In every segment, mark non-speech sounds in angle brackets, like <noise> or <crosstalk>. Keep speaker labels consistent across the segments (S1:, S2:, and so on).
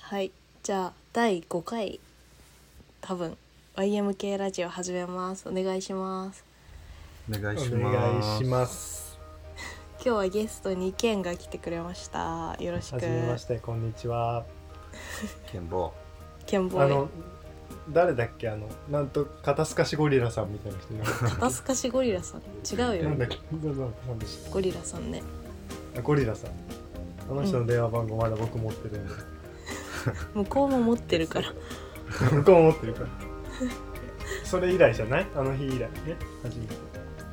S1: はいじゃあ第5回多分 YMK ラジオ始めますお願いします
S2: お願いし
S3: お
S2: ま
S3: 願い
S2: す。
S3: します。
S1: 今日はゲストにケンが来てくれましたよろしく
S3: はじめまして、こんにちは。
S2: 健坊。
S1: ケンボ
S3: あ
S1: ーイ
S3: の、誰だっけ、あの、なんと、肩透かしゴリラさんみたいな人いなかっ
S1: 肩透かしゴリラさん違
S3: た。
S1: う
S3: <laughs> な
S1: よ
S3: んだっけ、なんだなんでした
S1: ゴリラさんね
S3: あゴリラさん。あの人の電話番号まだ僕持ってるんで。
S1: 向こうも持ってるから
S3: 向こう持ってるから。それ以来じゃないあの日以来ね。初めて。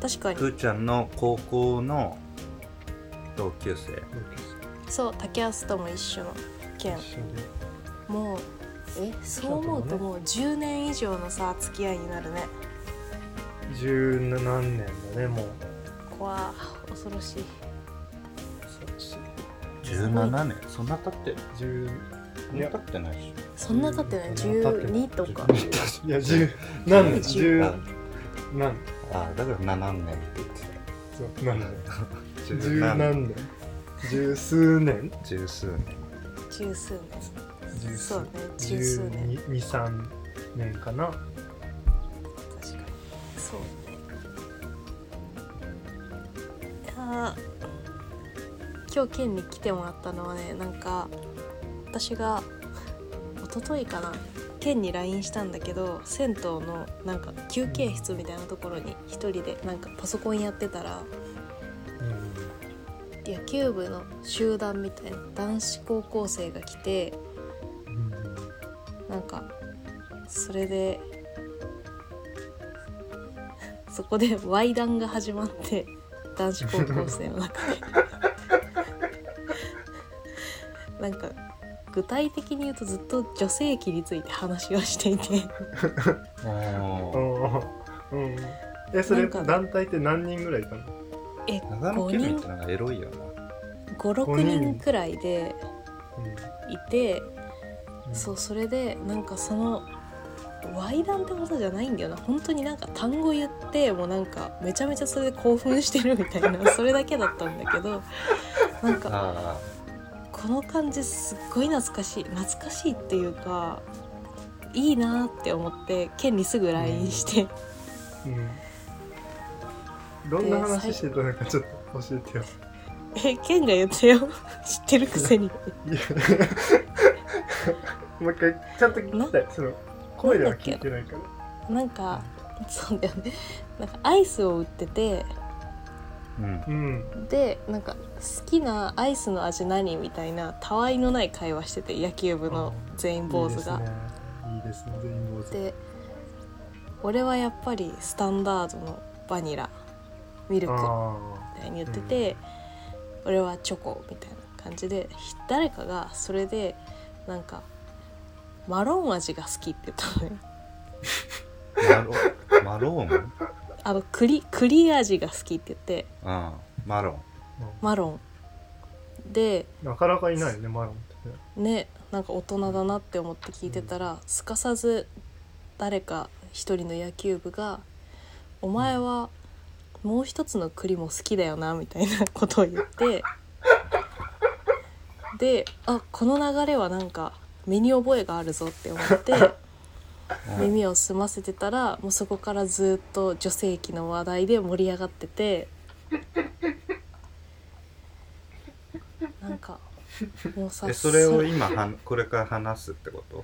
S1: 確かに
S2: くーちゃんの高校の同級生。
S1: そう竹安とも一緒のケン
S3: 一緒で。
S1: もうえそう思うともう10年以上のさ付き合いになるね
S3: 十何年だね、もう。
S1: 怖わ恐ろしい
S2: 17年。そんな経ってる
S3: 十。
S2: そ
S3: い
S2: んな
S3: や
S2: 経ってないでしょ。
S1: そんな経ってない12とか
S3: いや、十。何年
S1: 十
S3: 十。何
S2: ああ、だから7年って言ってた。
S3: そう、何年十
S2: 17
S3: 何年十数年
S2: 十数年。
S1: 十数
S3: 十
S1: 年
S3: 数
S1: そうね十
S3: 十
S1: 数年
S3: 二二三年かな
S1: 確かにそうねいやー今日県に来てもらったのはねなんか私が一昨日かな県に LINE したんだけど銭湯のなんか休憩室みたいなところに一人でなんかパソコンやってたら
S3: う
S1: 野球部の集団みたいな男子高校生が来て
S3: ん
S1: なんかそれでそこで <laughs> Y 談が始まって男子高校生の中でなんか具体的に言うとずっと女性器について話をしていて
S3: う
S2: おお。
S3: んうんえそれ
S1: なんか
S3: 団体って何人ぐらいいたの
S1: え
S2: 長野県民
S1: 5
S2: って
S1: 人
S2: のがエロいよな。
S1: 56人くらいで
S3: う
S1: いて
S3: ん
S1: そうそれでなんかその猥談ってことじゃないんだよな本当になんか単語言ってもうなんかめちゃめちゃそれで興奮してるみたいな <laughs> それだけだったんだけどなんか
S2: あ
S1: この感じすっごい懐かしい懐かしいっていうかいいなーって思ってケンにすぐ LINE して、
S3: うんどんな話してたのかちょっと教えてよ
S1: えケンが言ってよ知ってるくせに
S3: いやもう一回ちゃんと聞きたいその声では聞いてないから
S1: なんかそうだよねなんかアイスを売ってて
S2: あ。うん。
S3: うん
S1: でなんか好きなアイスの味何みたいなたわいのない会話してて野球部の全員坊主が。
S3: いいですねいいですね全員坊主
S1: で俺はやっぱりスタンダードのバニラミルクみ
S3: あ
S1: たいに言ってて、俺はチョコみたいな感じでひ誰かがそれでなんかマロン味が好きって言ったのよ。
S2: マロマローム
S1: あの栗栗味が好きって言って
S2: うん。マロン。
S3: あ
S1: マロンで
S3: なかなかいないよねマロンってね
S1: ねなんか大人だなって思って聞いてたら、すかさず誰か一人の野球部が「お前はもう一つの栗も好きだよな」みたいなことを言ってであこの流れはなんか身に覚えがあるぞって思って
S2: うん
S1: 耳を澄ませてたらもうそこからずっと女性器の話題で盛り上がっててなんかもうさ
S2: <laughs> え、それを今はん、これから話すってこと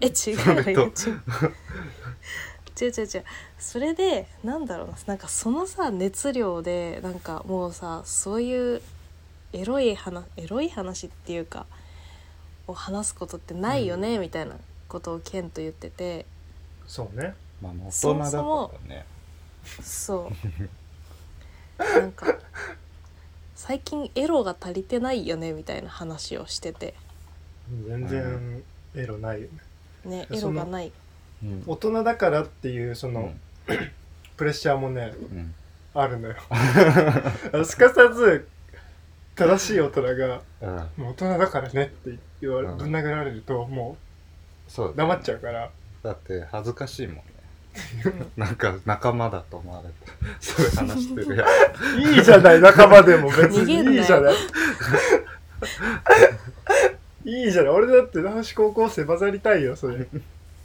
S1: え違うよ違う違う違う違うそれでなんだろうななんかそのさ熱量でなんかもうさそういうエロい話エロい話っていうかを話すことってないよね、みたいなことをケンと言ってて
S3: そうね
S2: まあ、大
S1: そ
S2: 人
S1: も
S2: だ
S1: そも
S2: からね。
S1: そうなんか最近エロが足りてないよねみたいな話をしてて
S3: 全然エロないよね
S1: ね
S3: え
S1: エロがない
S2: うん
S3: 大人だからっていうそのプレッシャーもね
S2: うん。
S3: あるのよすかさず正しい大人が
S2: うん。
S3: 「もう大人だからね」って言われ
S2: うん
S3: ぶん殴られるとも
S2: そう
S3: う
S2: だね
S3: 黙っちゃうから
S2: だって恥ずかしいもんねなんか仲間だと思われてそういう話してるや <laughs>
S3: 「いいじゃない仲間でも別
S1: 逃げんな
S3: に
S1: よ
S3: いいじゃない」いいじゃない俺だって男子高校生混ざりたいよそ
S1: い
S3: れ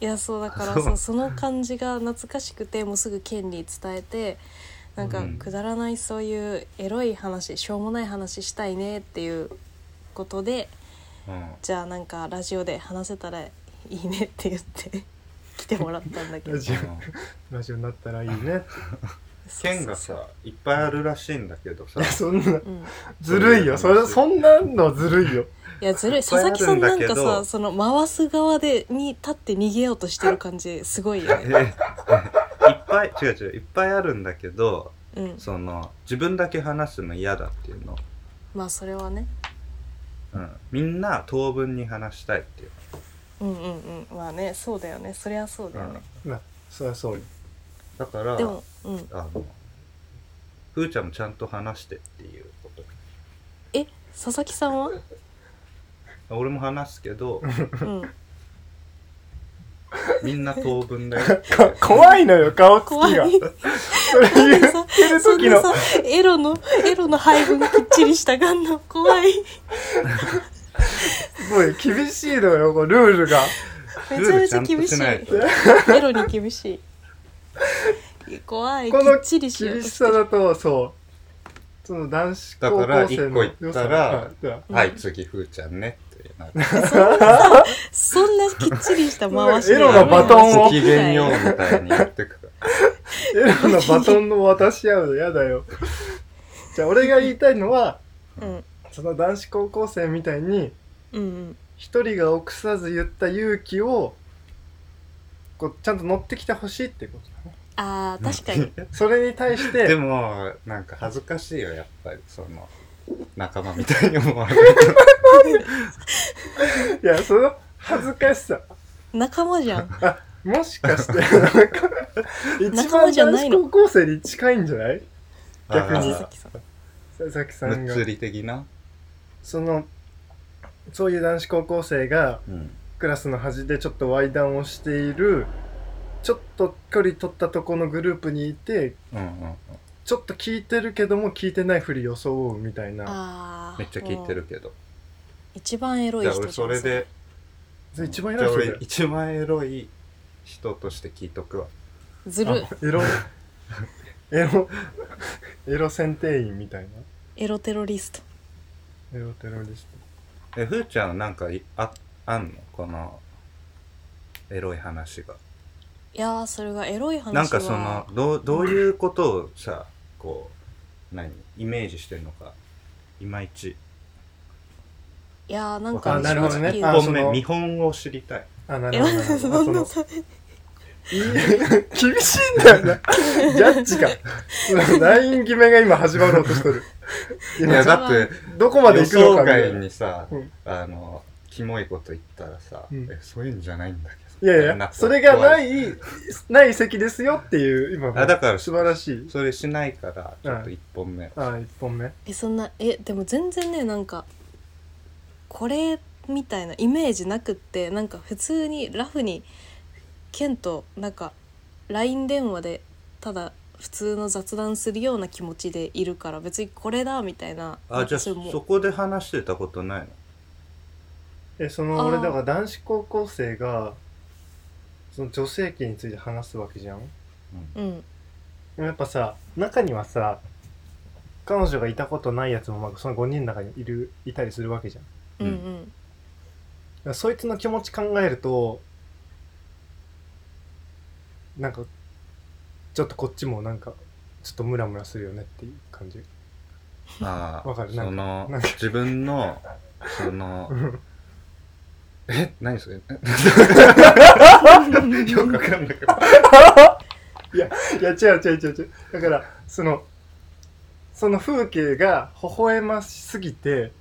S1: やそうだから
S2: そう
S1: そうその感じが懐かしくてもうすぐ県に伝えてなんか
S2: うん
S1: くだらないそういうエロい話しょうもない話したいねっていうことで
S2: うん
S1: じゃあなんかラジオで話せたらいいねって言って <laughs> 来てもらったんだけど
S3: ラジラジオになったらいいね
S2: 県がさいっぱいあるらしいんだけどさ
S3: いやそんな
S1: うん、い
S3: ずるいよそれそんなのずるいよ
S1: やずるい佐
S2: ぱいある
S1: 々
S2: んだ
S1: 木さんなん
S2: け
S1: か
S2: ど
S1: さその回す側でに立って逃げようとしてる感じすごいよ
S2: <laughs> え
S1: ね、
S2: いっぱい違う違ういっぱいあるんだけど
S1: うん、
S2: その自分だけ話すの嫌だっていうの、
S1: まあそれはね
S2: うん、みんな当分に話したいっていう
S1: うんうんうんまあねそうだよねそりゃそうだよね、
S3: まあそりゃそうよ
S2: だから
S1: でもうん
S2: あのふーちゃんもちゃんと話してっていうこと
S1: え佐々木さんは、
S2: 俺も話すけ <laughs> ど
S1: うん、
S2: みんな当分だよ
S3: か怖いのよ顔つき
S1: 怖い
S3: がそれ言
S1: なんかさ
S3: ってる
S1: そん
S3: 時
S1: な
S3: の
S1: さエロのエロの配分きっちりしたがんの怖い
S3: すごい厳しいのよこうルールが
S1: めちゃめちゃ
S2: ルール
S1: 厳し
S2: ちゃんとしないと
S1: いエロに厳しい怖いき
S3: この
S1: っ
S3: 厳
S1: ちりしようと
S3: し
S1: し
S3: さだとそうその男子高校生の
S2: だから一個言ったら
S3: 良さはい
S2: 「はい次ふーちゃんね」ってなる
S1: そんなきっちりした回しで
S3: エロのバトンを
S2: ご機嫌ようみたいにやってくから
S3: エロのバトンの渡し合うの嫌だよ。 <laughs> じゃあ俺が言いたいのは、
S1: うん
S3: その男子高校生みたいに、
S1: うんうん
S3: 一人が臆さず言った勇気を、こう、ちゃんと乗ってきてほしいってことだね。
S1: あー確かに
S3: それに対し
S2: で
S3: て、
S2: もなんか恥ずかしいよやっぱりその仲間みたいに思われる
S3: いや、その恥ずかしさ。
S1: 仲間じゃん
S3: あ、もし
S1: <laughs>
S3: かして、なんか、一
S1: 仲間
S3: 番
S1: じゃ
S3: 男
S1: ない
S3: 子
S1: の
S3: 高校生に近いんじゃない逆に
S2: あー
S1: 佐々木さん
S3: 佐々木さん
S2: むっ
S3: が
S2: つ。り的な、
S3: その、そういう男子高校生が、
S2: うん、
S3: クラスの端でちょっと Y 談をしているちょっと距離取ったとこのグループにいて
S2: うんうんうん
S3: ちょっと聞いてるけども聞いてないふり装うみたいな
S1: あー
S2: めっちゃ聞いてるけど
S1: 一番エロい
S2: じゃあ
S1: 人じゃ
S2: 俺
S1: ん
S2: それで
S3: それ一番
S2: じゃあ
S3: 偉い
S2: 俺一番エロい人として聞いとくわ
S1: ず
S3: 人だ
S1: る
S3: よあエロエロエロ選定員みたい
S1: エロテロリスト
S3: なエロテロリス
S2: えふーちゃんなんかいああんのこのエロい話が
S1: いやーそれがエロい話は
S2: なんかそのどうどういうことをさこう何イメージしてるのかいまいち
S1: いやーなん
S3: あ
S1: か
S3: なるほどね
S1: 正
S3: あ
S1: 直
S2: 一
S3: そ
S2: 本
S3: の
S2: 目見本を知りたい
S3: トあな
S1: え
S3: るほどなるほ
S1: <laughs>
S3: ど
S1: そんな
S3: そ
S1: さ
S3: のいい厳しいんだよなジャッジがそのライン決めが今始まろうとしてる
S2: い
S3: 今
S2: や
S1: じゃあ
S2: だって
S3: どこまで
S2: 予
S3: 行くの
S2: 想
S3: かみたい
S2: 外
S3: な
S2: にさ、
S3: うん
S2: あのキモいこと言ったらさ、
S3: うん
S2: えそういうんじゃないんだ
S3: い
S2: けど
S3: やい
S2: な
S3: や、それがな
S2: 怖
S3: い、ない席ですよっていう、今、
S2: あだから
S3: 素晴らしい。
S2: それしないからちょっと1本目、
S3: ああ、一本目。
S1: えそんなえでも全然ねなんかこれみたいなイメージなくってなんか普通にラフにケンとなんか LINE 電話でただ普通の雑談するような気持ちでいるから別にこれだみたいな
S2: あじゃあ
S1: 私も
S2: そこで話してたことないの
S3: え、その、
S1: あー
S3: 俺、だから男子高校生が、その女性器について話すわけじゃん。
S1: うん
S3: でもやっぱさ、中にはさ、彼女がいたことないやつも、まあ、その5人の中にいる、いたりするわけじゃん。だか
S1: うんう
S2: うん
S1: ん
S3: らそいつの気持ち考えると、なんか、ちょっとこっちもなんか、ちょっとムラムラするよね <laughs> っていう感じ。
S2: ああ
S3: わかるなんか
S2: その
S3: なんか
S2: 自分のそのえ何それ <laughs> よくわかんないけど
S3: いや違う違う違う違うだからそのその風景が微笑ましすぎて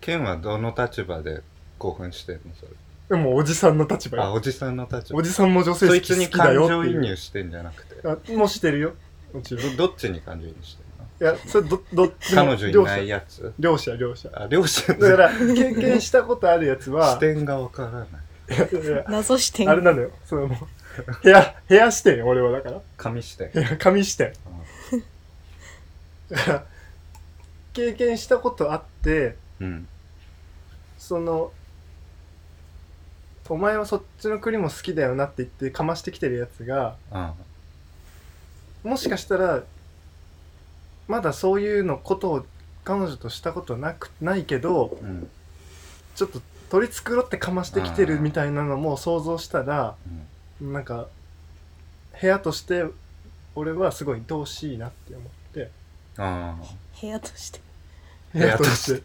S2: ケンはどの立場で興奮してんのそれ
S3: でもおじさんの立場
S2: あ
S3: よ
S2: おじさんの立場
S3: おじさんも女性
S2: そ
S3: 好
S2: い
S3: き
S2: つに
S3: 好きだ
S2: 感
S3: よって
S2: 情移
S3: いう
S2: 入してんじゃなくて
S3: あもうしてるよもちろんい
S2: どどっちに感情移入してんの
S3: やそれどどっちも
S2: 彼女いないやつ
S3: 両者両者
S2: あ両親
S3: 両者だ
S2: の
S3: から経験したことあるやつ
S2: 視
S3: は
S2: 点がわからない
S3: いやいや
S1: 謎視点
S3: あれなのよそのもう部屋部屋視点よ俺はだから
S2: 紙視点
S3: いや紙視点だから経験したことあって
S2: うん
S3: そのお前はそっちの国も好きだよなって言ってかましてきてるやつが
S2: うん
S3: もしかしたらまだそういうのことを彼女としたことなくないけど
S2: うん
S3: ちょっと取り繕ってかましてきてるみたいなのも想像したら
S2: うん
S3: なんか部屋として俺はすごい愛おしいなって思って
S2: ああ
S1: 部屋として
S2: 部屋として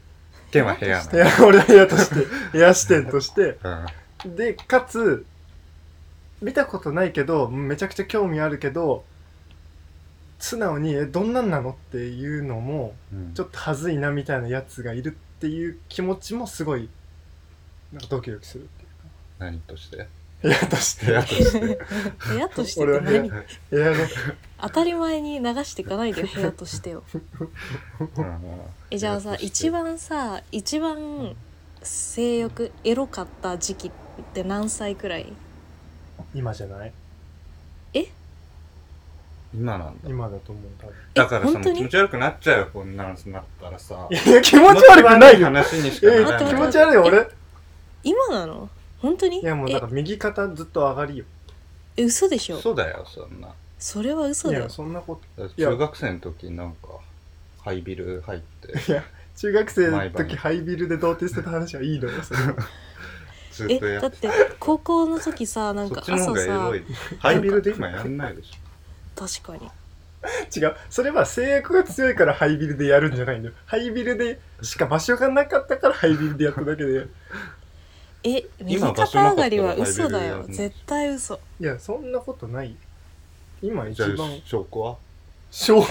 S2: 県は部屋
S3: 部屋俺は部屋として部屋視点として
S2: な
S3: でかつ見たことないけどめちゃくちゃ興味あるけど素直に「えどんなんなの?」っていうのも
S2: うんうん
S3: ちょっとはずいなみたいなやつがいるっていう気持ちもすごいなんかドキドキするっていうか
S2: 何として
S3: 部屋として
S2: 部屋と
S3: <laughs>
S2: して
S1: 部屋として
S3: 俺
S1: っ
S3: は
S1: て
S3: 部屋
S1: 何
S3: 部屋の
S1: 当たり前に流していかないでよ部屋としてを
S2: うん
S1: えじゃあさ
S2: 部屋として
S1: 一番さ一番性欲エロかった時期って何歳くらい
S3: 今じゃない
S2: 今なんだ
S3: 今だと思う多分
S2: だから
S1: え
S2: そ
S1: 本
S2: の
S1: 当
S2: 気
S1: に
S2: 持ち悪くなっちゃうよこんなのなったらさ
S3: いや気持ち悪くないよ
S2: 話にし
S3: え
S1: 待
S2: かならな
S1: っ
S2: い
S1: て
S3: 気持ち悪いよ俺
S1: 今なの本当に
S3: いやもうなん
S1: え
S3: か右肩ずっと上がりよ
S1: え嘘でしょ
S2: そうだよそんな
S1: それは嘘
S3: い
S1: だよ
S3: やそんなこといや
S2: 中学生の時なんかハイビル入
S3: <laughs>
S2: って
S3: 中学生の時ハイビルで童貞してた話はいいのよそれは <laughs>
S2: ずっと
S1: え
S2: や
S1: だ
S2: っ
S1: ってて高校の時
S2: <laughs>
S1: さなん
S2: そ
S1: か
S2: っちの方
S1: 朝
S2: がエ
S1: さ
S2: ロいハイビルで今やんないでし
S1: 確かに
S3: 違うそれは制約が強いからハイビルでやるんじゃないんだよハイビルでしか場所がなかったからハイビルでやっただけで <laughs>
S1: え右
S2: 今場所
S1: 肩上
S2: なかったら
S1: がりは嘘だ
S2: ハイビルや
S1: よ
S2: るの
S1: 絶対嘘
S3: いやそんなことない今
S2: ょ
S3: 一
S2: じゃあ
S3: 番
S2: 証拠は
S3: 証拠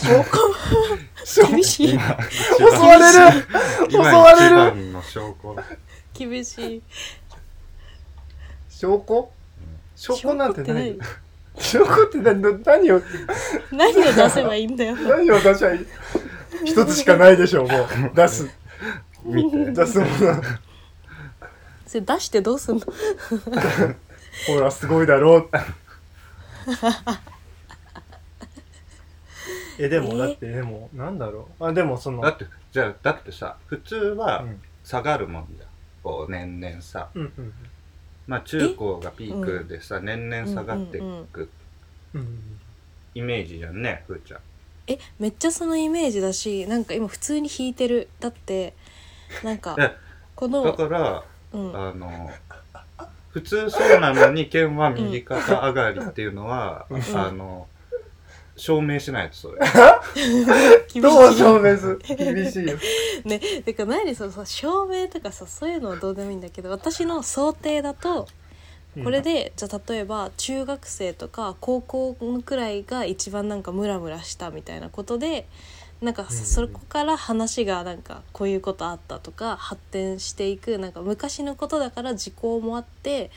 S2: <laughs>
S3: 証拠
S1: 厳しい
S2: 今
S3: 襲われる
S2: 今
S3: 襲われる
S2: 一番の証拠は
S1: 厳しい
S3: 証拠証拠なんてない
S1: 証拠っ
S3: 証拠って何何を
S1: てない何を出せばいいんだよ
S3: 何を出しゃいい一つしかないでしょうもう出す
S2: 見て
S3: 出すものは
S1: それ出してどうすんの
S3: ほらすごいだろ
S1: <laughs>
S3: うえでもだってでもなんだろうあでもその
S2: だってじゃあだってさ普通は
S3: うん
S2: 下がるもんじゃんこう年々さ
S3: うんうん
S2: まあ中高がピークでさ年々下がっていく
S3: うんうん
S2: イメージじゃんねふーちゃん
S1: えめっちゃそのイメージだしなんか今普通に弾いてるだってなんか
S2: え
S1: こ
S2: だ
S1: の、
S2: から
S1: うん、
S2: あの普通そうなのに剣は右肩上がりっていうのは、
S1: ん
S2: あの証明しないとそれ
S1: 厳
S3: どう
S1: し
S3: 証明する
S1: <laughs>
S3: 厳しいよ。
S1: いねてか何そのさ照明とかさそういうのはどうでもいいんだけど私の想定だとこれで、じゃあ例えば中学生とか高校くらいが一番なんかムラムラしたみたいなことでなんか
S3: うんうん
S1: そこから話がなんかこういうことあったとか発展していくなんか昔のことだから時効もあって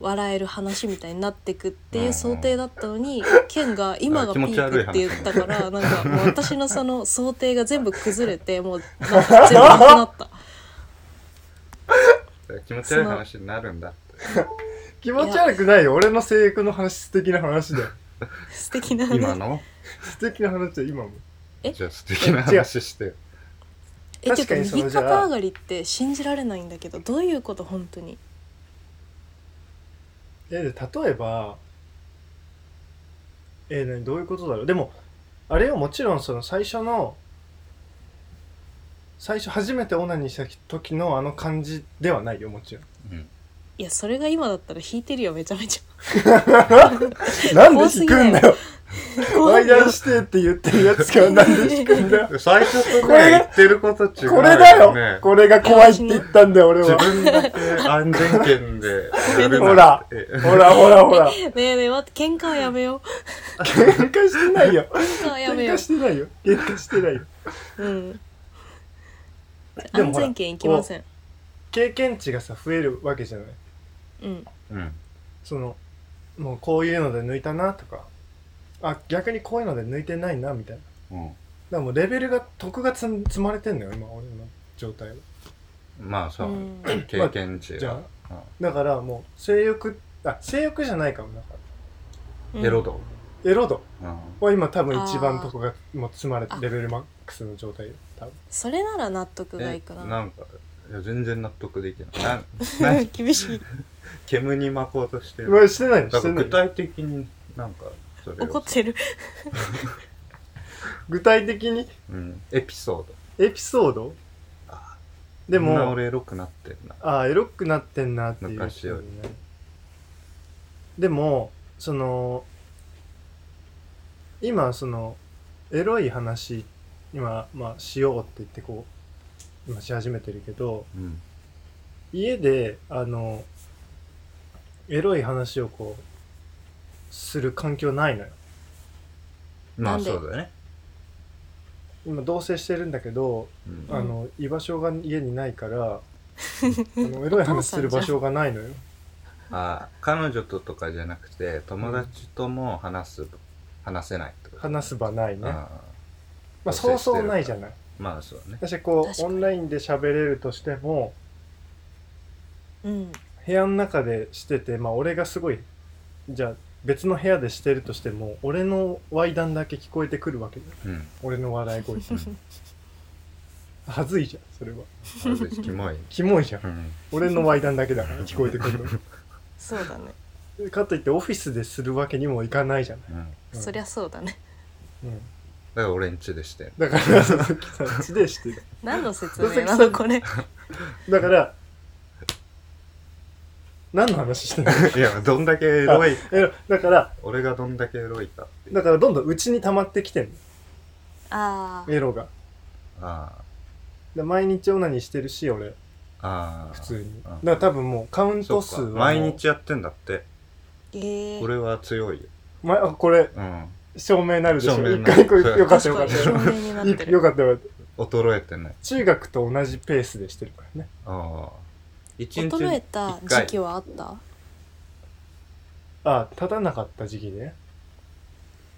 S1: 笑える話みたいになってくって
S2: うん
S1: いううん想定だったのにケンが今が
S2: あ気
S1: ピ
S2: 持ち
S1: ー
S2: 悪
S1: ク
S2: い
S1: って
S2: 話
S1: 言ったからなん
S2: <laughs>
S1: かもう私のその想定が全部崩れてもうなんか全部なくなった。
S2: 気持ち悪い話になるんだって
S3: 気持ち悪くないよ。俺の性欲の話、素敵な話だよ。
S1: 素敵な
S2: 今の
S3: 素敵な話だよ、今も。
S1: え
S2: じゃあ素敵な話してよ
S1: え
S3: 確かに
S1: て
S3: そ
S1: か
S3: の
S1: 右
S3: じゃあ
S1: 肩上がりって信じられないんだけどどういうこと本当に
S3: え、で例えば、え何どういうことだろう。でも、あれよ、もちろん、その最初の、最初初めてオナニーした時のあの感じではないよ、もちろ
S2: う
S3: ん。
S2: ん
S1: いやそれが今だったら弾いてるよめちゃめちゃ
S3: <laughs> なんで引くんだよ。ワ
S1: <laughs>
S3: イヤー
S1: い
S3: してって言ってるやつがなんで引くん <laughs> だよ。
S2: 最初と
S3: これ
S2: ね言ってること違う
S3: これだ
S2: ね
S3: よ。これが怖いって言ったんだよ、俺
S2: 自
S3: <laughs> は。
S2: 分だけ安全圏でやる
S3: ほ
S2: なん
S3: ら
S2: て
S3: ほらほらほら。
S1: ねえねえ待って喧嘩はやめよう
S3: 喧嘩してない <laughs> よ。
S1: 喧嘩はやめ
S3: 喧
S1: よ
S3: 嘩してないよ。喧嘩してないよ。
S1: う、うん、
S3: で
S1: 安
S3: もほら
S1: 全圏行きません
S3: 経験値がさ増えるわけじゃない
S1: うん
S2: うん
S3: そのもうこういうので抜いたなとかあ逆にこういうので抜いてないなみたいなだか
S2: うん
S3: らもうレベルが徳が積積まれてんのよ今俺の状態は
S2: まあさ、
S1: うん
S2: 経験値
S3: じ
S2: が
S3: ゃ、だからもう性欲あ性欲じゃないかもだか
S2: うん、エロ
S1: ド
S2: 度、
S3: らエロ度
S2: うん、
S3: は今多分一
S1: あ
S3: 番
S1: ー
S3: 徳がもう積まれて
S1: あ
S3: レベルマックスの状態よ多分
S1: それなら納得がい
S2: え
S1: く
S2: な
S1: なん
S2: かいや全然納得できないなな
S1: <laughs> 厳しい
S2: 煙に巻こうとして
S3: う
S2: る
S3: わしてない
S2: だか
S3: して
S2: ら
S3: な
S2: 具
S3: い
S2: 体的になんかそれを
S1: 怒ってる
S3: 具体的に
S2: うん、エピソード
S3: エピソードで
S2: こんな
S3: も
S2: 俺エロくなってるな
S3: ああエロくなってんなっていう
S2: 昔より
S3: でもその今そのエロい話今、まあ、しようって言ってこう今し始めてるけど
S2: うん
S3: 家であのエロい話をこうする環境ないのよ
S1: な
S2: まあ
S1: んで
S2: そうだね、
S3: 今同棲してるんだけど
S2: うん
S3: あの居場所が家にな
S1: <laughs>
S3: いから、あのエロい話する場所がないのよ。
S2: あ彼女ととかじゃなくて友達とも話す、話せないってこと
S3: 話す場ないね。ま
S2: あ
S3: あそうそうないじゃない。
S2: ーまあそうだね
S3: 私こ
S1: 確
S3: う
S1: か
S3: オ
S1: に
S3: ンラインで喋れるとしても
S1: うん
S3: 部屋の中でしててまあ俺がすごいじゃあ別の部屋でしてるとしても俺の猥談だけ聞こえてくるわけだよ
S2: うん
S3: 俺の
S1: <laughs>
S3: 笑い声はずいじゃんそれは
S2: まずいキモい、
S3: キモいじゃん
S2: うん、
S3: 俺の猥談だけだから聞こえてくる
S1: そうだね、
S2: <laughs>
S3: のかといってオフィスでするわけにもいかないじゃない、
S2: うん、だ
S3: うん
S1: そりゃそうだね
S3: うん、
S2: から俺ん家でして <laughs> る
S3: だから <laughs> その感じでしてる
S1: 何の説明なのこれ
S3: だから何の話してんの <laughs>
S2: いやどんだけエロい
S3: えだから
S2: 俺がどんだけエロいかっていう
S3: だからどんどんうちに溜まってきてん
S1: あ
S3: のエロが
S2: あ
S3: で毎日オナニーしてるし俺
S2: あああ
S3: 普通に
S2: あ
S3: だから多分もうカウン
S2: そ
S3: ト
S2: うか
S3: 数はもう
S2: 毎日やってんだって
S1: ーえー、
S2: 俺は強いよ、
S3: まあこれ
S2: うん、
S3: 証明なるでしょ
S2: 証明
S3: 一
S2: になる
S3: 回これ
S2: そう
S3: よかった
S1: 確
S3: よか
S1: かに証
S3: ったよかっ
S1: 明になって
S3: たよ
S1: る
S3: かったよかっ
S2: 衰えてない
S3: た中学と同じペースでしてるからね
S2: ああ一日
S1: 衰えた
S2: 一回
S1: 時期はあった
S3: あ立たなかった時期ね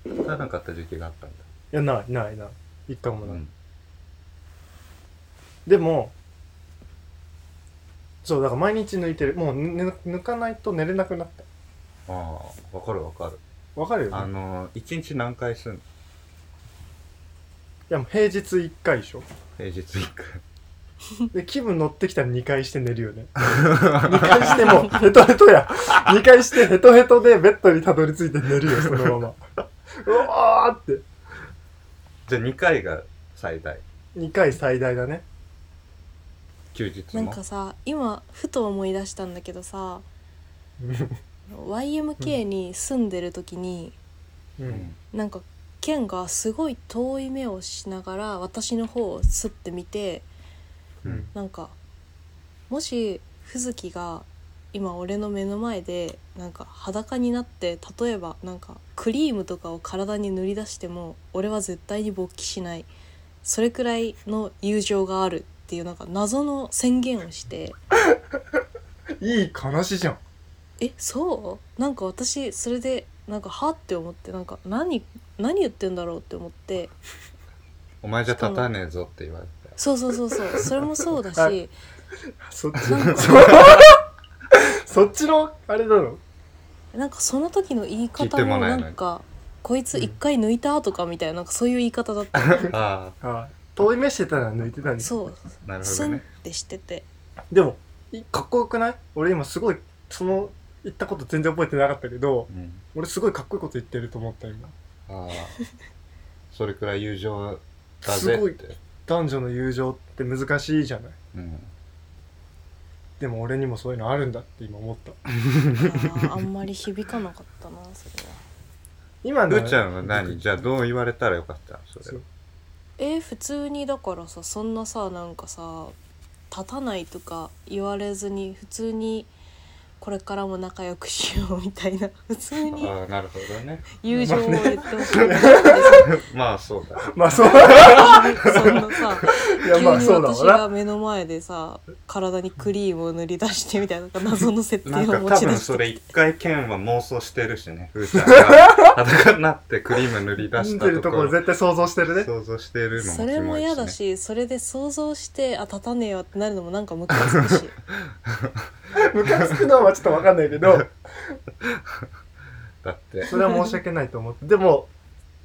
S2: 立たなかった時期があったんだ、
S3: いやないないない一回も
S2: う
S3: ない、
S2: ん、
S3: でもそうだから毎日抜いてるもうぬ抜かないと寝れなくなった
S2: ああわかるわかる
S3: わかるよね
S2: あの一日何回すんの
S3: いやもう平日1回
S2: <laughs>
S3: でしょ
S2: 平日一回 <laughs>
S3: で気分乗ってきたら2回して寝るよね2回してもうヘトヘトや2回してヘトヘトでベッドにたどり着いて寝るよそのままうわーって
S2: じゃあ2回が最大
S3: 2回最大だね
S2: 休日
S1: な
S2: も
S1: んかさ今ふと思い出したんだけどさ YMK に住んでる時に、
S3: う
S2: うんん、
S1: なんかケンがすごい遠い目をしながら私の方をすってみて
S2: うん
S1: なんかもしフ月が今俺の目の前でなんか裸になって例えばなんかクリームとかを体に塗り出しても俺は絶対に勃起しないそれくらいの友情があるっていうなんか謎の宣言をして
S3: いい話じゃん
S1: えそうなんか私それでなんかはって思ってなんか何何言ってんだろうって思って
S2: お前じゃ立たねえぞって言われて
S1: そうそうそう
S2: <laughs>
S1: そうそれもそうだし、
S3: はいそっち
S1: なんか
S3: <laughs> そっちのあれだろ
S1: なんかその時の言い
S2: 聞いて
S1: 方
S2: も
S1: も
S2: らえ
S1: な
S2: ない
S1: んかこいつ一回抜いたとかみたいななんかそういう言い方だった
S2: ああ
S3: あ遠い目してたら抜いてたんで
S1: <laughs>
S3: す
S1: そう
S2: なるほ
S1: ス
S2: ど
S1: ンっ
S2: ね
S1: てしてて
S3: でもいかっこよくない俺今すごいその言ったこと全然覚えてなかったけど
S2: うん
S3: 俺すごいかっこいいこと言ってると思った今
S2: ああそれくらい友情だぜ
S3: すご
S2: っ
S3: い
S2: て
S3: 男女の友情って難しいじゃない
S2: うん
S3: でも俺にもそういうのあるんだって今思った
S1: あーあんまり響かなかったなそれは。
S3: 今
S2: ふ
S3: の
S2: ーちゃんは何じゃあどう言われたらよかったのそ
S3: そ
S2: れ
S3: う
S1: えー普通にだからさそんなさなんかさ立たないとか言われずに普通にこれからも仲良くしようみたいな普通に
S2: ああなるほどね
S1: 友情を言ってほしい、
S2: まあそうだね
S3: まあそう <laughs> い
S1: <laughs> そんなさ
S3: やまあ
S1: 急
S3: そう
S1: に
S3: だ
S1: 私
S3: わな
S1: が目の前でさ体にクリームを塗り出してみたいななんか謎の設定
S2: なんか
S1: を持
S2: 多
S1: ち出
S2: 分
S1: し
S2: そ
S1: て
S2: れ一回剣は妄想してるし
S1: <laughs>
S2: ねふーちゃんが裸になってクリーム塗り出
S3: 飲
S2: し
S3: んで
S2: た
S3: ると
S2: とこ
S3: ころ
S2: ろ
S3: 絶対想像してるね
S2: 想像してるのも
S1: それも嫌だ
S2: キモいしね
S1: しそれで想像してあ立たねえよってなるのもなんかムカつくし
S3: ムカつくのはちょっとわかんない
S2: <laughs>
S3: けど
S2: だって
S3: それは申し訳ないと思ってでも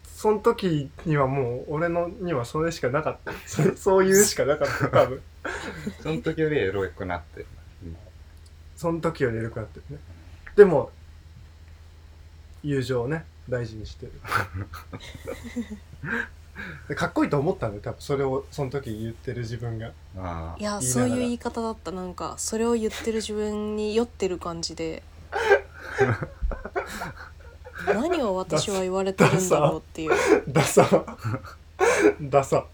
S3: その時にはもう俺のにはそれ <laughs> しかなかったそそういうしかなかった多分
S2: その時よりエロくなってる
S3: その時よりエロくなってるねでも友情をね大事にしてるでかっこいいと思ったんだよ多分それをその時言ってる自分が
S2: あ
S1: いや
S3: 言いな
S1: そ
S3: がら
S1: ういう言い方だったなんかそれを言ってる自分に酔ってる感じで何を私は言われてるんだろうっていう
S3: ダサダサ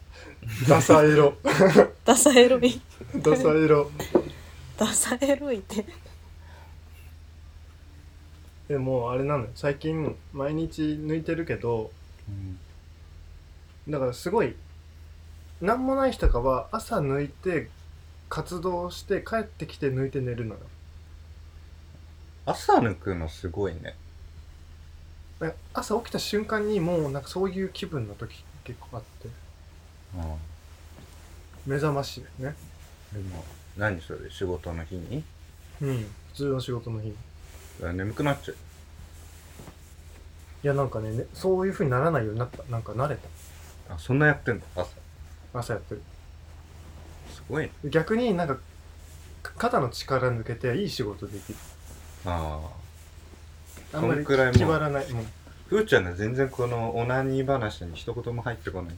S3: ダサエロ
S1: ダサエロい
S3: ダサエロ
S1: ダサエロいって
S3: でもあれなのよ最近毎日抜いてるけど
S2: うん
S3: だからすごい何もない日とかは朝抜いて活動して帰ってきて抜いて寝るのよ
S2: 朝抜くのすごいね
S3: だから朝起きた瞬間にもうなんかそういう気分の時結構あって
S2: うん
S3: 目覚ましいね
S2: でも何それ仕事の日に
S3: うん普通の仕事の日にいう
S2: わ眠くなっちゃう
S3: やなんかねねそういう風にならないようになったなんか慣れ
S2: あそんなやってんだ朝
S3: た朝やってる
S2: すごいね
S3: 逆になんかか肩の力抜けていい仕事できる
S2: ああ
S3: あんまり
S2: そんくらいもう
S3: 気張らない
S2: <laughs>
S3: もう
S2: ふーちゃんが全然このオナニー話に一言も入ってこない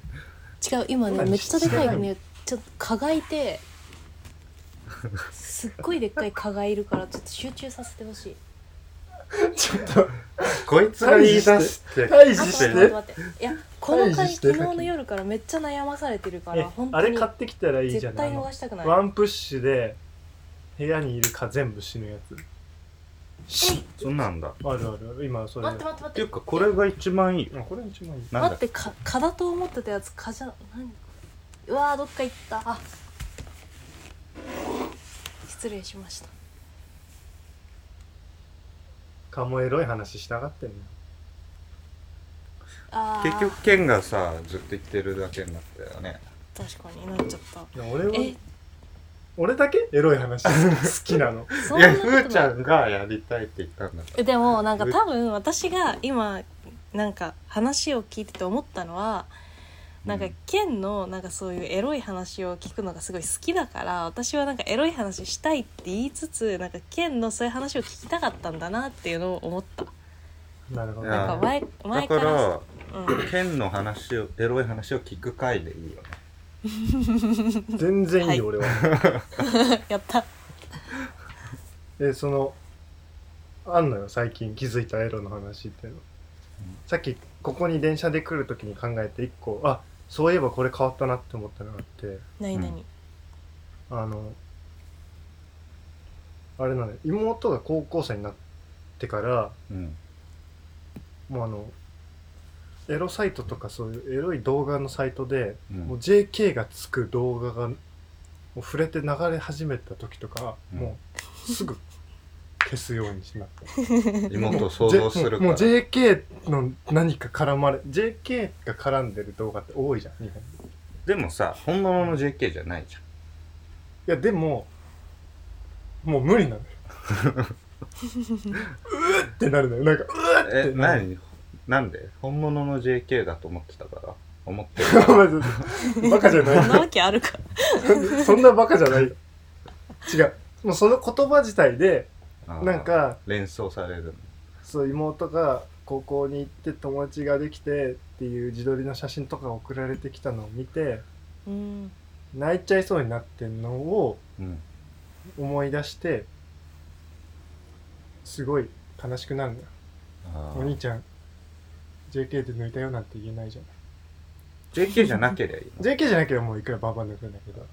S1: 違う今ね
S3: 何
S1: めっちゃでかいねちょっと蚊がいてすっごいでっかい蚊がいるからちょっと集中させてほしい
S3: ちょっと
S2: こいつが言い出して
S3: 退治
S1: あ待って待
S3: して
S1: って待っていやこの
S3: 退
S1: 回
S3: 治して
S1: 昨日の夜からめっちゃ悩まされてるか
S3: え
S1: ら本当
S3: あれ
S1: に
S3: 買ってきたらいいじゃ
S1: 絶
S3: ない
S1: 対
S3: あの
S1: 逃したくない
S3: ワンプッシュで部屋にいる蚊全部死ぬやつ
S2: シッそんなんだっ
S3: あるある今それ
S1: 待って待って
S2: て
S1: 待
S2: い
S1: っ
S2: う
S1: て
S2: かこれが一番いい
S3: あこれ一番いい
S2: なんだ
S1: 待ってか蚊だと思ってたやつ蚊じゃ何うわーどっか行ったあ失礼しました
S3: 蚊もエロい話したがってんの
S1: あー
S2: 結局ケンがさずっと言ってるだけになったよね
S1: 確かになっちゃった
S3: いや俺は
S1: え
S3: 俺だけエロい話好きなの
S1: そん
S2: い
S1: な
S2: や
S1: こと
S2: ふ
S1: な
S2: ーちゃんがやりたいって言ったんだから
S1: でもなんか多分私が今なんか話を聞いてて思ったのはなんか
S2: うん
S1: ケンのなんかそういうエロい話を聞くのがすごい好きだから私はなんかエロい話したいって言いつつなんかケンのそういう話を聞きたかったんだなっていうのを思った
S3: なるほど
S2: いや
S1: なんか前前
S2: だ
S1: か
S2: からら
S1: うん、
S2: ケンの話をエロい話を聞く回でいいよね
S3: 全然いい、
S1: はい
S3: 俺は
S1: やった
S3: でそのあんのよ最近気づいたエロの話っていうの、さっきここに電車で来る時に考えて一個あそういえばこれ変わったなって思ったのがあって
S1: 何々、
S3: あのあれなのよ妹が高校生になってから
S2: うん
S3: もうあのエロサイトとかそういうエロい動画のサイトで
S2: うん
S3: もう JK がつく動画がもう触れて流れ始めた時とか、
S2: うん
S3: もうすぐ消すようにしなって
S2: <laughs> 妹を想像するから
S3: もう JK の何か絡まれ JK が絡んでる動画って多いじゃん日本い
S2: でもさ本物の JK じゃないじゃん
S3: やでももう無理
S2: <laughs>
S3: なのようーってなるのよなんか <laughs> うーっ
S2: え
S3: てなる
S2: 何なんで本物の JK だと思ってたから思ってる
S3: バカじゃない
S1: <laughs> そんなわけあるか
S3: そんなバカじゃないよ違うもうその言葉自体で
S2: あー
S3: なんか
S2: 連想されるの
S3: そう妹が高校に行って友達ができてっていう自撮りの写真とか送られてきたのを見て
S1: うん
S3: 泣いちゃいそうになってんのを
S2: うん
S3: 思い出してすごい悲しくなるんだよ
S2: あ
S3: お
S2: ー
S3: 兄ちゃん JK で抜いたよなんて言えないじゃん
S2: JK じゃなければいいの
S3: JK じゃなければもういくらバンバン抜くんだ
S2: <laughs>
S3: けどだ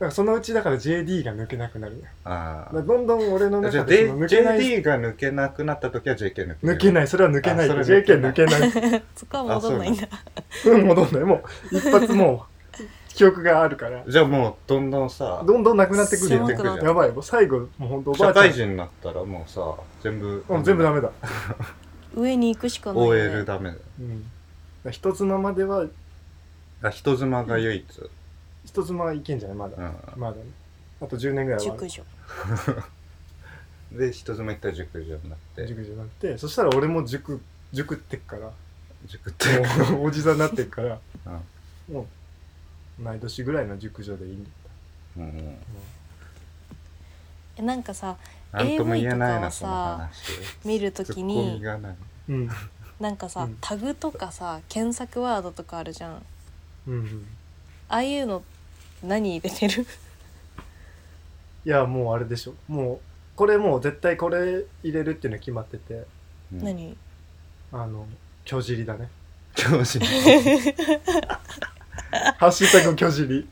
S3: からそのうちだから JD が抜けなくなるよ
S2: あ
S3: だから
S2: ー
S3: どんどん俺の
S2: あじゃ
S3: 中
S2: あ
S3: で
S2: J-
S3: その抜けない
S2: JD が抜けなくなった時は JK 抜け
S3: 抜け
S2: い
S3: ないそれは抜けない
S2: あそれ
S3: JK 抜けない
S1: そこは戻んないんだ
S2: <laughs>
S3: うん戻んないもう一発もう記憶があるから
S2: じゃあもうどんどんさ
S3: どんどんなくなってくるよ
S2: 狭くなって
S3: やばいもう最後もうほんとおば
S2: 社
S3: あちゃん
S2: 会人になったらもうさ全部
S3: うん全部ダメだ、
S1: 上に行くしかないよね
S2: OL ダメだよ
S3: うん、だから人妻までは
S2: あ人妻が唯一
S3: 人妻はいけんじゃないまだ、
S2: う
S3: まだねあと10年ぐらいは
S1: 熟女
S2: んで人妻行ったら塾女になって
S3: 塾じゃなくてそしたら俺も塾塾ってっから
S2: 塾って
S3: もうおじさんになってっから
S2: うん
S3: もう同い年ぐらいの塾女でいいんだ
S2: うんうん
S1: えなんかさ
S2: なんとも言えないな
S1: AV と
S2: そ
S1: か
S2: の
S1: は
S2: 話
S1: 見ると
S2: ツ
S1: き
S2: ッコミ
S1: に
S2: がない
S3: うん
S1: なんかさ、
S3: うん
S1: タグとかさ検索ワードとかあるじゃんあ
S3: うん
S1: あいうの何入れてる
S3: いやもうあれでしょもうこれもう絶対これ入れるっていうの決まってて
S2: うん
S1: 何
S3: あの巨尻だね
S2: 教師の
S3: ハッシュタグ巨尻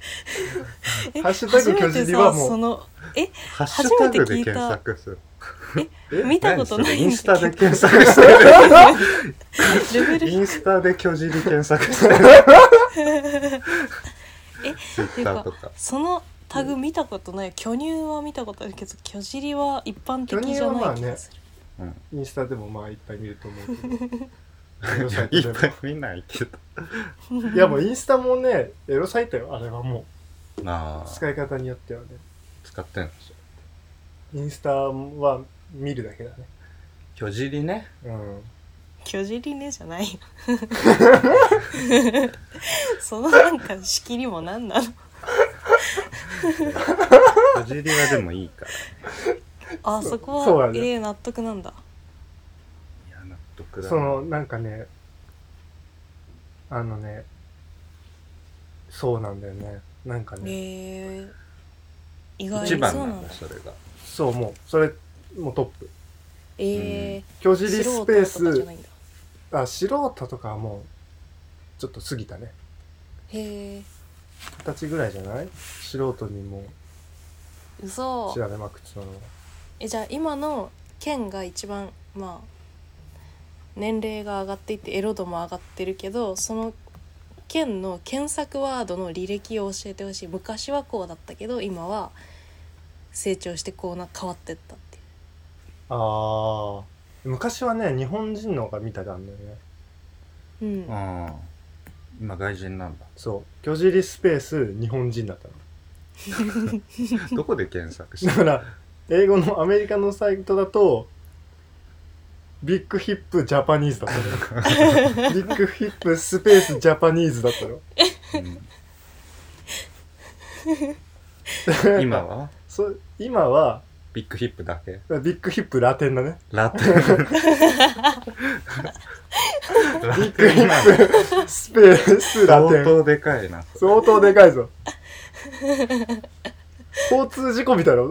S1: え
S3: ハッシュタグ巨尻はもう
S1: 初めてさその
S2: ハッシュタグで検索する
S1: 見たことないん
S2: 何それインスタ
S1: だ
S2: で
S1: けど
S2: 検
S1: <laughs>
S2: 索してる
S1: レベル
S2: インスタで巨尻検索してるツイッターとか
S1: そのタグ見たことない巨乳は見たことあるけど巨尻は一般的じゃない気がする、
S2: うん
S3: インスタでもまあいっぱい見ると思うけどエロ
S2: い
S3: サ
S2: や
S3: イト
S2: い
S3: で
S2: っ
S3: も
S2: ぱい見ないけど
S1: <laughs>
S3: いやもうインスタもねエロサイトよあれはも
S2: な
S3: う
S2: あ
S3: 使い方によってはね
S2: 使ってんですよ
S3: インスタは見るだけだね
S2: 巨尻ね
S3: うん
S1: 巨尻ねじゃ
S3: <laughs>
S1: ないよそのなんか仕切りも何なの
S2: 巨尻はでもいいから
S1: あそこ
S3: そう
S1: は
S3: だ、ね
S1: ええ納得なんだ
S2: いや納得だな
S3: そのなんかねあのねそうなんだよねなんかね
S1: えー、意外にそう
S2: 一番
S1: な
S2: なん
S1: んだ
S2: だそれが
S3: そうもうそれもうトップ
S1: え
S3: 巨
S1: ー、
S3: 尻ス
S1: 素
S3: ペ
S1: 人
S3: ー
S1: とかじゃな
S3: ス
S1: いんだ
S3: あ素人とかはもうちょっと過ぎたね
S1: へえ
S3: 二十歳ぐらいじゃない素人にも
S1: 嘘
S3: 調べまくってたのは
S1: えじゃあ今の県が一番まあ年齢が上がっていってエロ度も上がってるけどその県の検索ワードの履歴を教えてほしい昔はこうだったけど今は成長してこうな変わってったってい
S3: ああ昔はね日本人の方が見たがんだよね
S1: う、うん
S2: うん今外人なんだ
S3: そう巨尻スペース日本人だったの
S2: どこで検索し
S3: だ <laughs>
S2: て
S3: か
S2: る
S3: ら英語のアメリカのサイトだとビッグヒップジャパニーズだったのよビッグヒップスペースジャパニーズだったの
S2: うん今は
S3: そう今は
S2: ビッグヒップだけ
S3: ビッグヒップラテンだね
S2: ラテンラテンな
S3: スペースラテ
S2: 相
S3: ン
S2: 当でかいなそれ
S3: 相当でかいぞ交通事故みたいな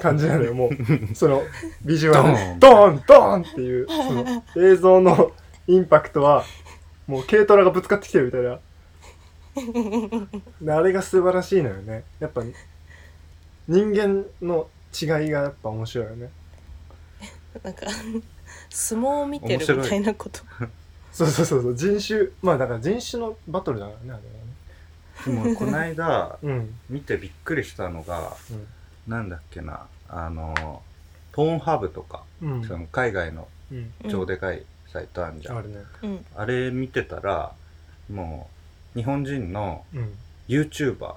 S3: 感じなのよも <laughs> うそのビジュアルの
S2: ド
S3: ドーンドーンっていうその映像のインパクトはもう軽トラがぶつかってきてるみたいなであれが素晴らしいのよねやっぱ人間の違いがやっぱ面白いよね
S1: なんか <laughs> 相撲を見てるみたいなこと
S3: そうそうそうそう人種まあだから人種のバトルだからねあ
S2: でもこの間
S3: れはね
S2: 見てびっくりしたのが
S3: うん
S2: なんだっけなあのポーンハブとか、
S3: うん
S2: その海外の
S3: うん
S2: 超でかいサイトあるじゃん、
S3: あるね
S1: うん
S2: あれ見てたらもう日本人の
S3: うん
S2: ユーチューバ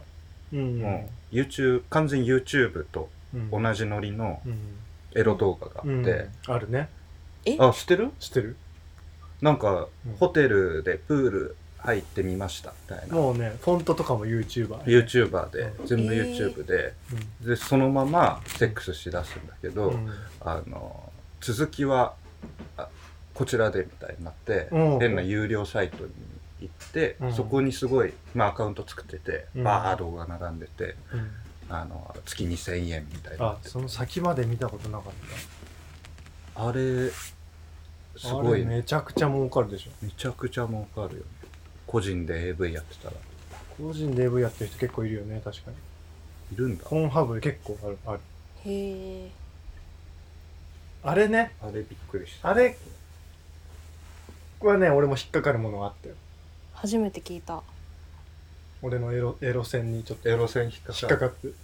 S3: うん
S2: ーもう YouTube 完全 YouTube と
S3: うん
S2: 同じノリの
S3: うん
S2: エロ動画があって、
S3: うん、あるね
S2: あ知ってる
S3: 知ってる
S2: なんか、
S3: うん
S2: ホテルでプール入ってみましたみたいな
S3: もうねフォントとかも YouTuber ー
S2: YouTuber で全部
S1: えー
S2: YouTube で,、でそのままセックスしだすんだけど、あの続きはあこちらでみたいになって、
S3: うん
S2: 変な有料サイトに行って、
S3: うん
S2: そこにすごい、まあ、アカウント作ってて、
S3: うん
S2: バーッ動画並んでてあの月2000円みたいにな
S3: あ
S2: ってて
S3: その先まで見たことなかっ
S2: あれ
S3: た
S2: すごい
S3: あれ
S2: ね
S3: めちゃくちゃ儲かるでしょ
S2: めちゃくちゃ儲かるよね個人で AV やってたら
S3: 個人で AV やってる人結構いるよね確かに
S2: いるんだ
S3: コンハブ結構あるある
S1: へえ
S3: あれね
S2: あれびっくりした
S3: あれはね俺も引っかかるものがあったよ
S1: 初めて聞いた
S3: 俺のエロエロ線にちょっと
S2: エロ線引っかか
S3: 引っか
S2: る
S3: かって、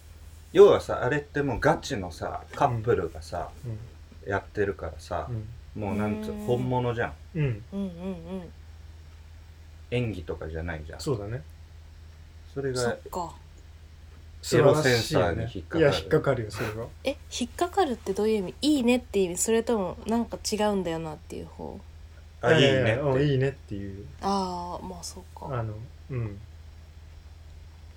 S2: 要はさあれってもうガチのさカップルがさ、
S3: うん
S2: やってるからさ、もうなんつう
S1: うん
S2: 本物じゃん
S3: うん、うん、
S1: うんうんうん
S2: 演技とかじゃないじゃんそ
S3: そうだね
S2: れ
S1: そ
S2: が
S1: っか
S2: エロセンサーに
S3: 素晴らしいよね
S2: 引っかかる
S3: いや引っかかるよそれは
S1: え引っかかるってどういう意味いいねって意味それともなんか違うんだよなっていう方
S2: あいい
S3: や
S2: ね
S3: やうん
S2: って
S3: いいねっていう
S1: ああまあそうか
S3: あのうん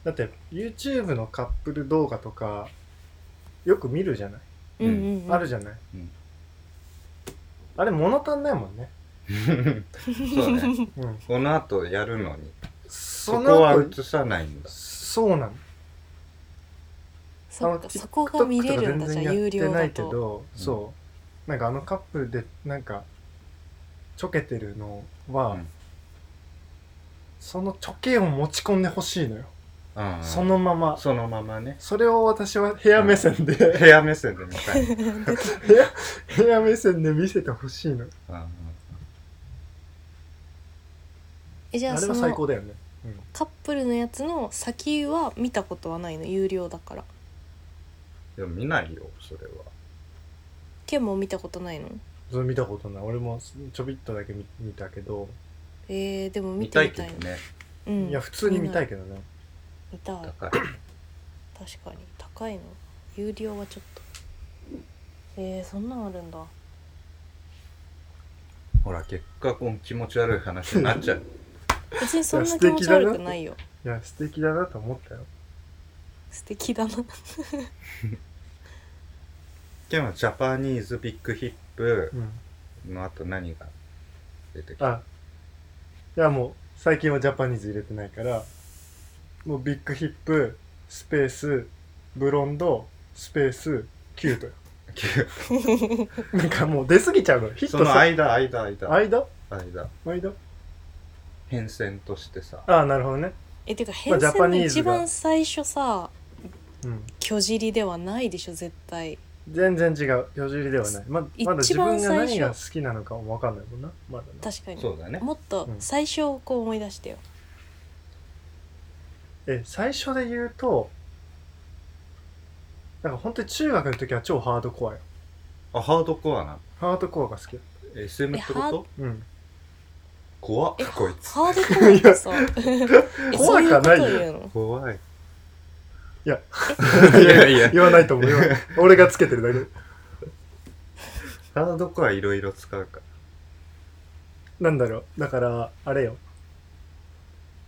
S3: だって YouTube のカップル動画とかよく見るじゃない
S1: うんうんうん
S3: あるじゃない、
S2: うん
S3: あれ物足んないもんね、
S2: <laughs> そうね
S3: う
S2: <laughs>
S3: ん、
S2: この後やるのにそ
S3: そ
S2: こ
S3: の
S2: は
S3: 後
S2: 映さないんだ
S3: そうなの
S1: <laughs> そっ
S3: あ
S1: か
S3: の
S1: そこが見れるんだ
S3: TikTok とか
S1: じゃあ
S3: 全然や
S1: 有
S3: って
S1: 料
S3: な
S1: だ
S3: いけ
S1: と
S3: ど、そうなんかあのカップルでなんかちょけてるのは、
S2: うん
S3: そのちょけを持ち込んでほしいのよ、
S2: うんうん
S3: そのまま
S2: そのままね <laughs>
S3: それを私は部屋目線で、
S2: 部屋目線で見たい、うん
S3: 部屋部屋目線で見せてほしい
S2: う
S3: の
S2: ん
S1: えじゃあ
S3: あれ
S1: そ
S3: は最高
S1: の
S3: だよね
S1: カップルのやつの先は見たことはないの有料だから
S2: でも見ないよそれは
S1: ケンも見たことないの
S3: それ見たことない俺もちょびっとだけ見見たけど、
S1: えー、でも見
S2: 見
S1: て
S2: た
S1: み
S2: い
S1: た
S2: け
S1: い
S2: ど
S1: な
S2: ね
S1: うん
S3: いや普通に見たいけどね
S1: 見たい確
S2: 高い
S1: かに高いの有料はちょっとえー、そんなんあるんだ
S2: ほら結果この気持ち悪い話になっちゃう
S1: 別にそん
S3: い
S1: な
S3: や
S1: 気
S3: 素
S1: 持
S3: 敵
S1: ち
S3: だな
S1: 悪くないよ
S3: いや素敵だなと思ったよ
S1: 素敵だな
S2: 今日はジャパニーズビッグヒップ
S3: うん
S2: のあと何が出てきた
S3: あいやもう最近はジャパニーズ入れてないからもうビッグヒップスペースブロンドスペースキュートよなんかもう出過ぎちゃうのヒッ
S2: <laughs> そ
S3: ト
S2: の
S3: さ
S2: 間間間
S3: 間
S2: 間
S3: 間
S2: 変遷としてさ
S3: ああなるほどね
S1: えてか
S3: ま
S1: 変
S3: あジャパ
S1: 遷の
S3: ニー
S1: 一
S3: ズが
S1: 番最初さ
S3: うん
S1: 巨尻ではないでしょ絶対
S3: 全然違うよじりではないままだ自分
S1: 一
S3: が
S1: 番最
S3: 何
S1: 初
S3: が好きなのかも分かんないもんなまだな
S1: 確かに
S2: そうだね
S1: もっと
S3: うん
S1: 最初をこう思い出してよ、
S3: え最初で言うとなんか本当に中学の時は超ハードコアよ
S2: あハードコアな
S3: ハードコアが好きだっ
S2: SM ってこ
S1: えハー
S2: と
S1: ド
S3: たうん
S2: 怖っ
S1: え
S2: こいつ
S1: ハードコアってさ
S3: <laughs>
S1: えそう
S3: 怖
S1: いう
S3: くは
S1: こと
S3: ないよ
S1: 言うの
S2: 怖い
S3: いや
S2: <laughs> いやいや
S3: 言わないと思う言
S1: <laughs>
S3: わない俺がつけてるだけ
S2: ハードコアいろいろ使うか
S3: なんだろうだからあれよ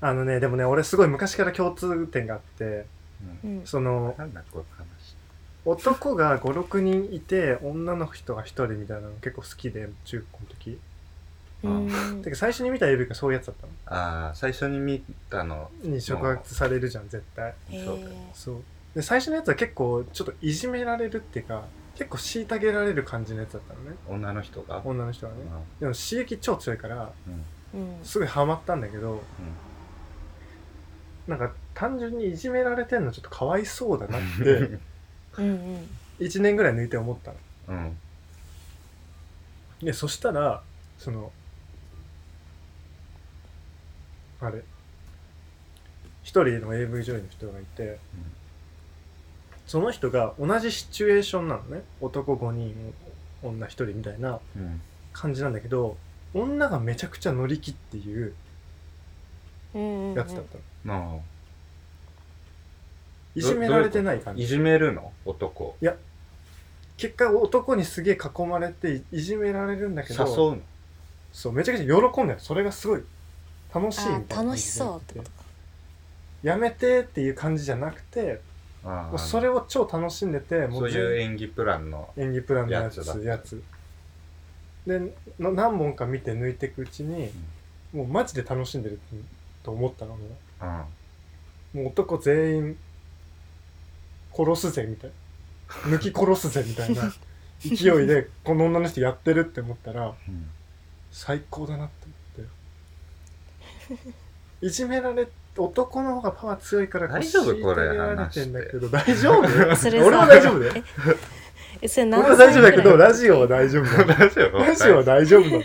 S3: あのねでもね俺すごい昔から共通点があって
S1: う
S2: ら、
S1: ん
S3: そ
S2: うん、
S3: の
S2: なんだこの話
S3: 男が56人いて女の人が1人みたいなの結構好きで中高の時
S1: うん
S3: てか最初に見た AV がそういうやつだったの
S2: ああ最初に見たの
S3: に触発されるじゃん絶対
S1: え
S2: そうだよ
S1: ー
S3: そうで最初のやつは結構ちょっといじめられるっていうか結構虐げられる感じのやつだったのね
S2: 女の人が
S3: 女の人はね
S2: うん
S3: でも刺激超強いから
S2: うん
S1: うん
S3: すごいハマったんだけどなんか単純にいじめられてんのちょっとかわいそうだなっ
S2: う <laughs>
S3: て
S2: ん
S1: うんうん
S3: 1年ぐらい抜いて思ったの
S2: うん
S3: でそしたらそのあれ一人の AV 女優の人がいてその人が同じシチュエーションなのね男5人女1人みたいな
S2: うん
S3: 感じなんだけど女がめちゃくちゃ乗り気っていう
S1: うんうん
S3: やつだったの、
S2: まあ
S3: いじめられてない感
S2: い
S3: じ
S2: じめるの男
S3: 結果男にすげえ囲まれていいじめられるんだけ
S2: 誘う
S3: ど
S2: の
S3: そうめちゃくちゃ喜んでるそれがすごい楽しいみた
S1: あ
S3: いな
S1: ー
S3: 感
S1: 楽
S3: じ
S1: し
S3: で
S1: そうってことか
S3: やめてっていう感じじゃなくて
S2: あ
S3: も
S2: あ
S3: うそれを超楽しんでても
S2: そういう
S3: 全
S2: 演技プランの
S3: 演技プランのやつ
S2: やつだ
S3: やつでな何本か見て抜いていくうちに、もうマジで楽しんでると思ったのね
S2: うん
S3: もう男全員殺すぜみたい <laughs> な抜き殺すぜみたいな勢いでこの女の人やってるって思った
S2: う
S3: ら
S2: ん
S3: 最高だなって思ってい <laughs> じめられ男の方がパワー強いから
S2: 大丈夫
S3: 虐げられてんだけど大丈
S1: <laughs>
S3: 夫
S1: それさ
S3: 俺は大丈夫だよ
S1: えそれ
S3: 俺
S1: 何
S3: は
S1: 歳
S3: 大丈夫だけど
S1: ぐらい
S3: ラジオは大丈
S1: <laughs>
S3: 夫だよ
S2: ラジオ
S3: ラジオは大丈夫だい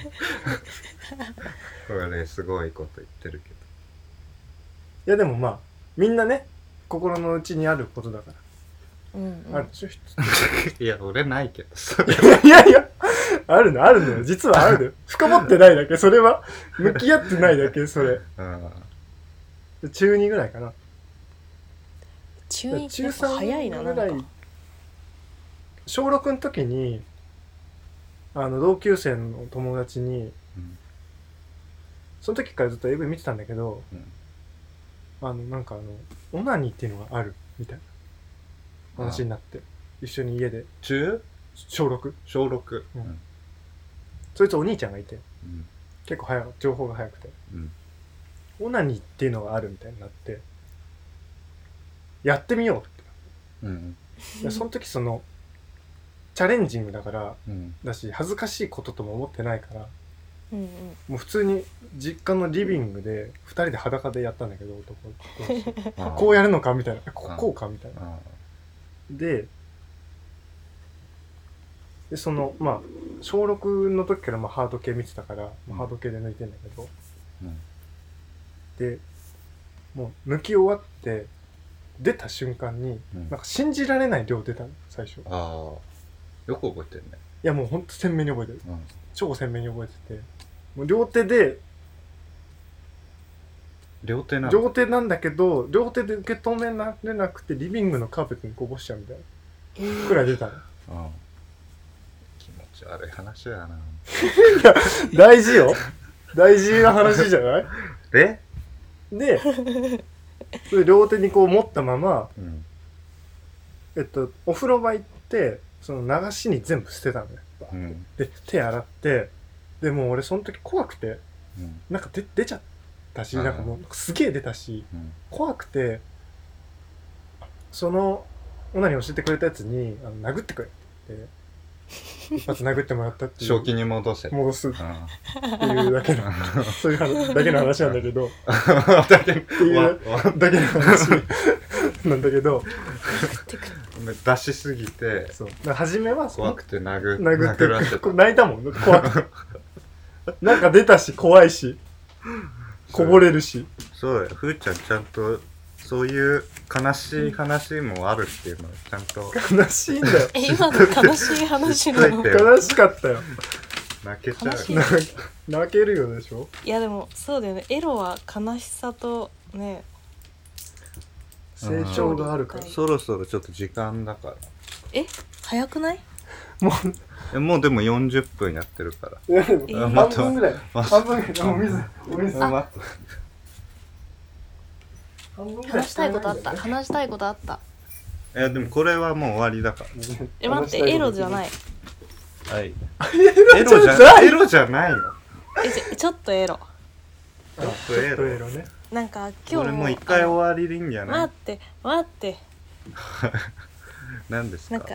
S2: これすごいこと言ってるけど
S3: やでもまあみんなね心の内にあることだか
S1: うんうん
S3: ら、あちょ
S2: いや、俺ないけど、それ。
S3: いやいや、あるの、あるのよ。実は
S1: <laughs>
S3: あるのよ。深掘ってないだけ、それは。向き合ってないだけ、それ。
S2: うん。
S3: 中2ぐらいかな。
S1: 中1
S3: 中
S1: やっぱ早いなな
S3: 3
S1: ん
S3: ぐ
S1: から
S3: い。小6の時に、あの、同級生の友達に、
S2: うん
S3: その時からずっと AV 見てたんだけど、
S2: うん
S3: あの、なんかあの、オナニーっていうのがある、みたいな話になって。一緒に家で。
S2: 中
S3: 小6
S2: 小6、
S3: う
S2: うんん
S3: そいつお兄ちゃんがいて
S2: うん
S3: 結構早い情報が早くて
S2: うん、
S3: オナニーっていうのがあるみたいになってやってみようって
S2: うん
S3: でその時そのチャレンジングだから
S2: うん
S3: だし恥ずかしいこととも思ってないから
S1: うんうん
S3: もう普通に実家のリビングで2人で裸でやったんだけど男同士
S2: <laughs> あ
S3: こうやるのかみたいなここうかみたいな
S2: あ
S3: ででそのまあ小6の時からまあハード系見てたから、まあハード系で抜いてんだけど
S2: うん
S3: でもう抜き終わって出た瞬間に
S2: うん
S3: なんか信じられない量出たの最初い
S2: ああよく覚えてるね、
S3: やもうほんと鮮明に覚えてる
S2: うん、
S3: 超鮮明に覚えててもう両手で
S2: 両手なの
S3: 両手なんだけど両手で受け止められなくてリビングのカーペットにこぼしちゃうみたいなくらい出たの
S2: うん、気持ち悪い話やな
S3: 大事よ大事な話じゃない
S2: で、 <laughs>
S3: でそれ両手にこう持ったまま、
S2: うん、
S3: えっと、お風呂場行ってその流しに全部捨てたのね
S2: うん
S3: で手洗ってでもう俺その時怖くて
S2: うん
S3: なんか出出ちゃったし
S2: うん
S3: なんかもうすげえ出たし
S2: うん
S3: 怖くてその女に教えてくれたやつにあの殴ってくれって言って一発殴ってもらったっていう
S2: 正気に戻せ
S3: 戻すっ
S2: うん
S1: <laughs>
S3: ていうだ
S2: <laughs>
S3: けのそういう話だけの話なんだけど
S2: だけ
S3: いう
S2: わわ
S3: だけの話なんだけど
S2: 出しすぎて
S3: そうだから初めはそ
S2: 怖
S3: の
S2: くて殴
S3: 殴って
S2: 殴らせ
S3: こ
S2: た
S3: れ泣いたもん怖く <laughs> てなんか出たし怖いしこぼれるし
S2: そうだよふーちゃんちゃんとそういう悲しい話もあるっていうのをちゃんと
S3: 悲しいんだよ
S1: え今の悲しい話
S3: <laughs>
S1: なの
S2: 知っといて
S3: 悲しかったよ
S2: 泣けちゃ
S1: 悲し
S2: う
S1: い
S3: な泣けるよでしょ
S1: いやでもそうだよねエロは悲しさとね
S3: 成長があるから
S1: うん
S2: そろそろちょっと時間だから
S1: え早くない
S3: も
S2: えもうでも40分やってるから
S3: ういやでも
S1: えー
S3: 半分ぐらい
S2: 待
S3: 半分ぐらいお水お水
S2: あ待っ
S3: 半分ぐら
S1: 話したいことあった話したいことあった
S2: ていやでもこれはもう終わりだか
S1: え待ってエロじゃないい
S2: らはい
S3: エ
S2: エ
S3: ロ
S2: ロ
S3: じ
S2: じ
S3: ゃ
S2: ゃ
S3: な
S2: ないいエロじゃないの
S1: えじゃちょっとエロ
S3: ちょっと
S2: エロ
S3: エロね
S1: なんか今
S2: こ
S1: 日
S2: れもう一回終わりでいいんじゃ
S1: あの
S2: な
S1: 待
S2: い
S1: って待って
S2: 何です
S1: なん
S2: か
S1: か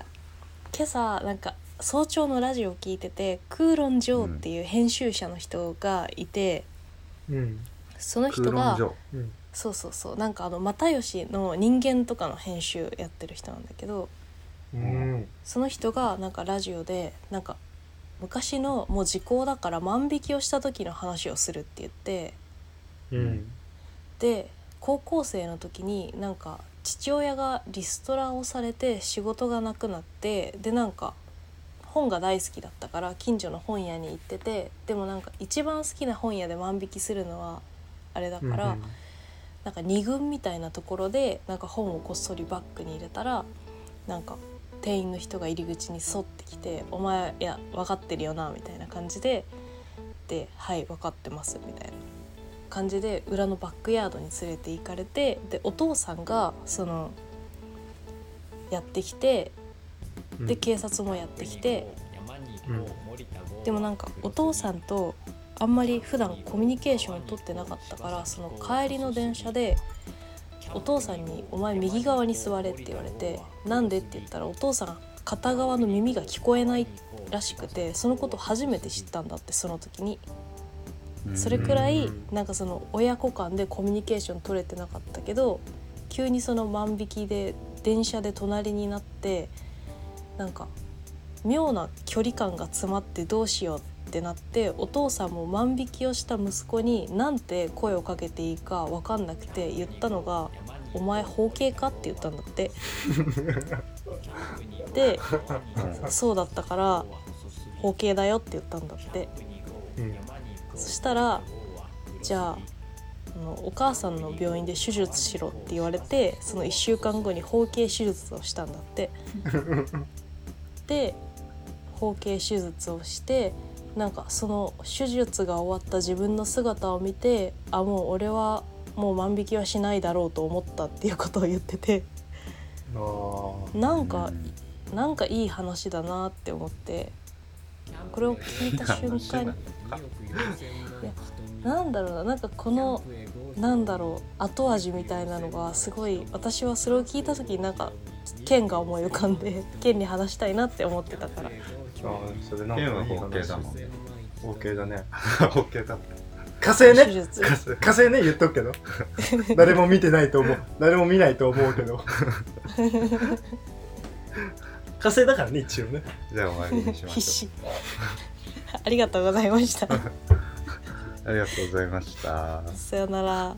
S1: 今朝なんか早朝のラジオ聞いててクーロン・ジョーっていう編集者の人がいて、
S3: うん
S1: その
S2: 空
S1: 人
S2: 論
S1: が
S2: 上
S3: うん
S1: そうそうそうなんかあの又吉の「人間」とかの編集やってる人なんだけど
S3: うん
S1: その人がなんかラジオでなんか昔のもう時効だから万引きをした時の話をするって言って
S3: うん
S1: で高校生の時になんか父親がリストラをされて仕事がなくなってでなんか本が大好きだったから近所の本屋に行っててでもなんか一番好きな本屋で万引きするのはあれだから、なんか2軍みたいなところでなんか本をこっそりバッグに入れたらなんか店員の人が入り口に沿ってきて「お前いや分かってるよな」みたいな感じで「ではい分かってます」みたいな感じで裏のバックヤードに連れて行かれてでお父さんがそのやってきて
S3: うん
S1: で警察もやってきて。
S3: うん
S1: でもなんかお父さんとあんまり普段コミュニケーションを取ってなかったからその帰りの電車でお父さんに「お前右側に座れ」って言われて「なんで?」って言ったらお父さん片側の耳が聞こえないらしくてそのことを初めて知ったんだってその時にそれくらいなんかその親子間でコミュニケーション取れてなかったけど急にその万引きで電車で隣になってなんか妙な距離感が詰まってどうしようってなってお父さんも万引きをした息子になんて声をかけていいか分かんなくて言ったのが「お前包茎か?」って言ったんだって。で
S2: うん
S1: そうだったから包茎だよって言ったんだって。
S3: うん
S1: そしたらじゃああのお母さんの病院で手術しろって言われてその1週間後に包茎手術をしたんだって。で包茎手術をしてなんかその手術が終わった自分の姿を見てあもう俺はもう万引きはしないだろうと思ったっていうことを言ってて
S3: あー
S1: なんかなんかいい話だなって思ってこれを聞いた瞬間にいやなんだろうななんかこのなんだろう後味みたいなのがすごい私はそれを聞いた時になんか剣が思い浮かんで剣に話したいなって思ってたから
S3: それなん
S2: 剣は
S3: かいい
S2: OK だ
S3: 話
S2: もんね
S3: OK だね
S2: OK だもん
S3: 火星
S1: <laughs> 手
S3: ね
S1: 術
S3: 火星ね言っとくけ <laughs> ど誰も見てないと思う誰も見ないと思うけど火星だからね一応ね
S2: じゃあ終わりにしま
S1: 必
S2: しょ
S1: 死 <laughs> ありがとうございました <laughs>
S2: うありがとうございました
S1: さよなら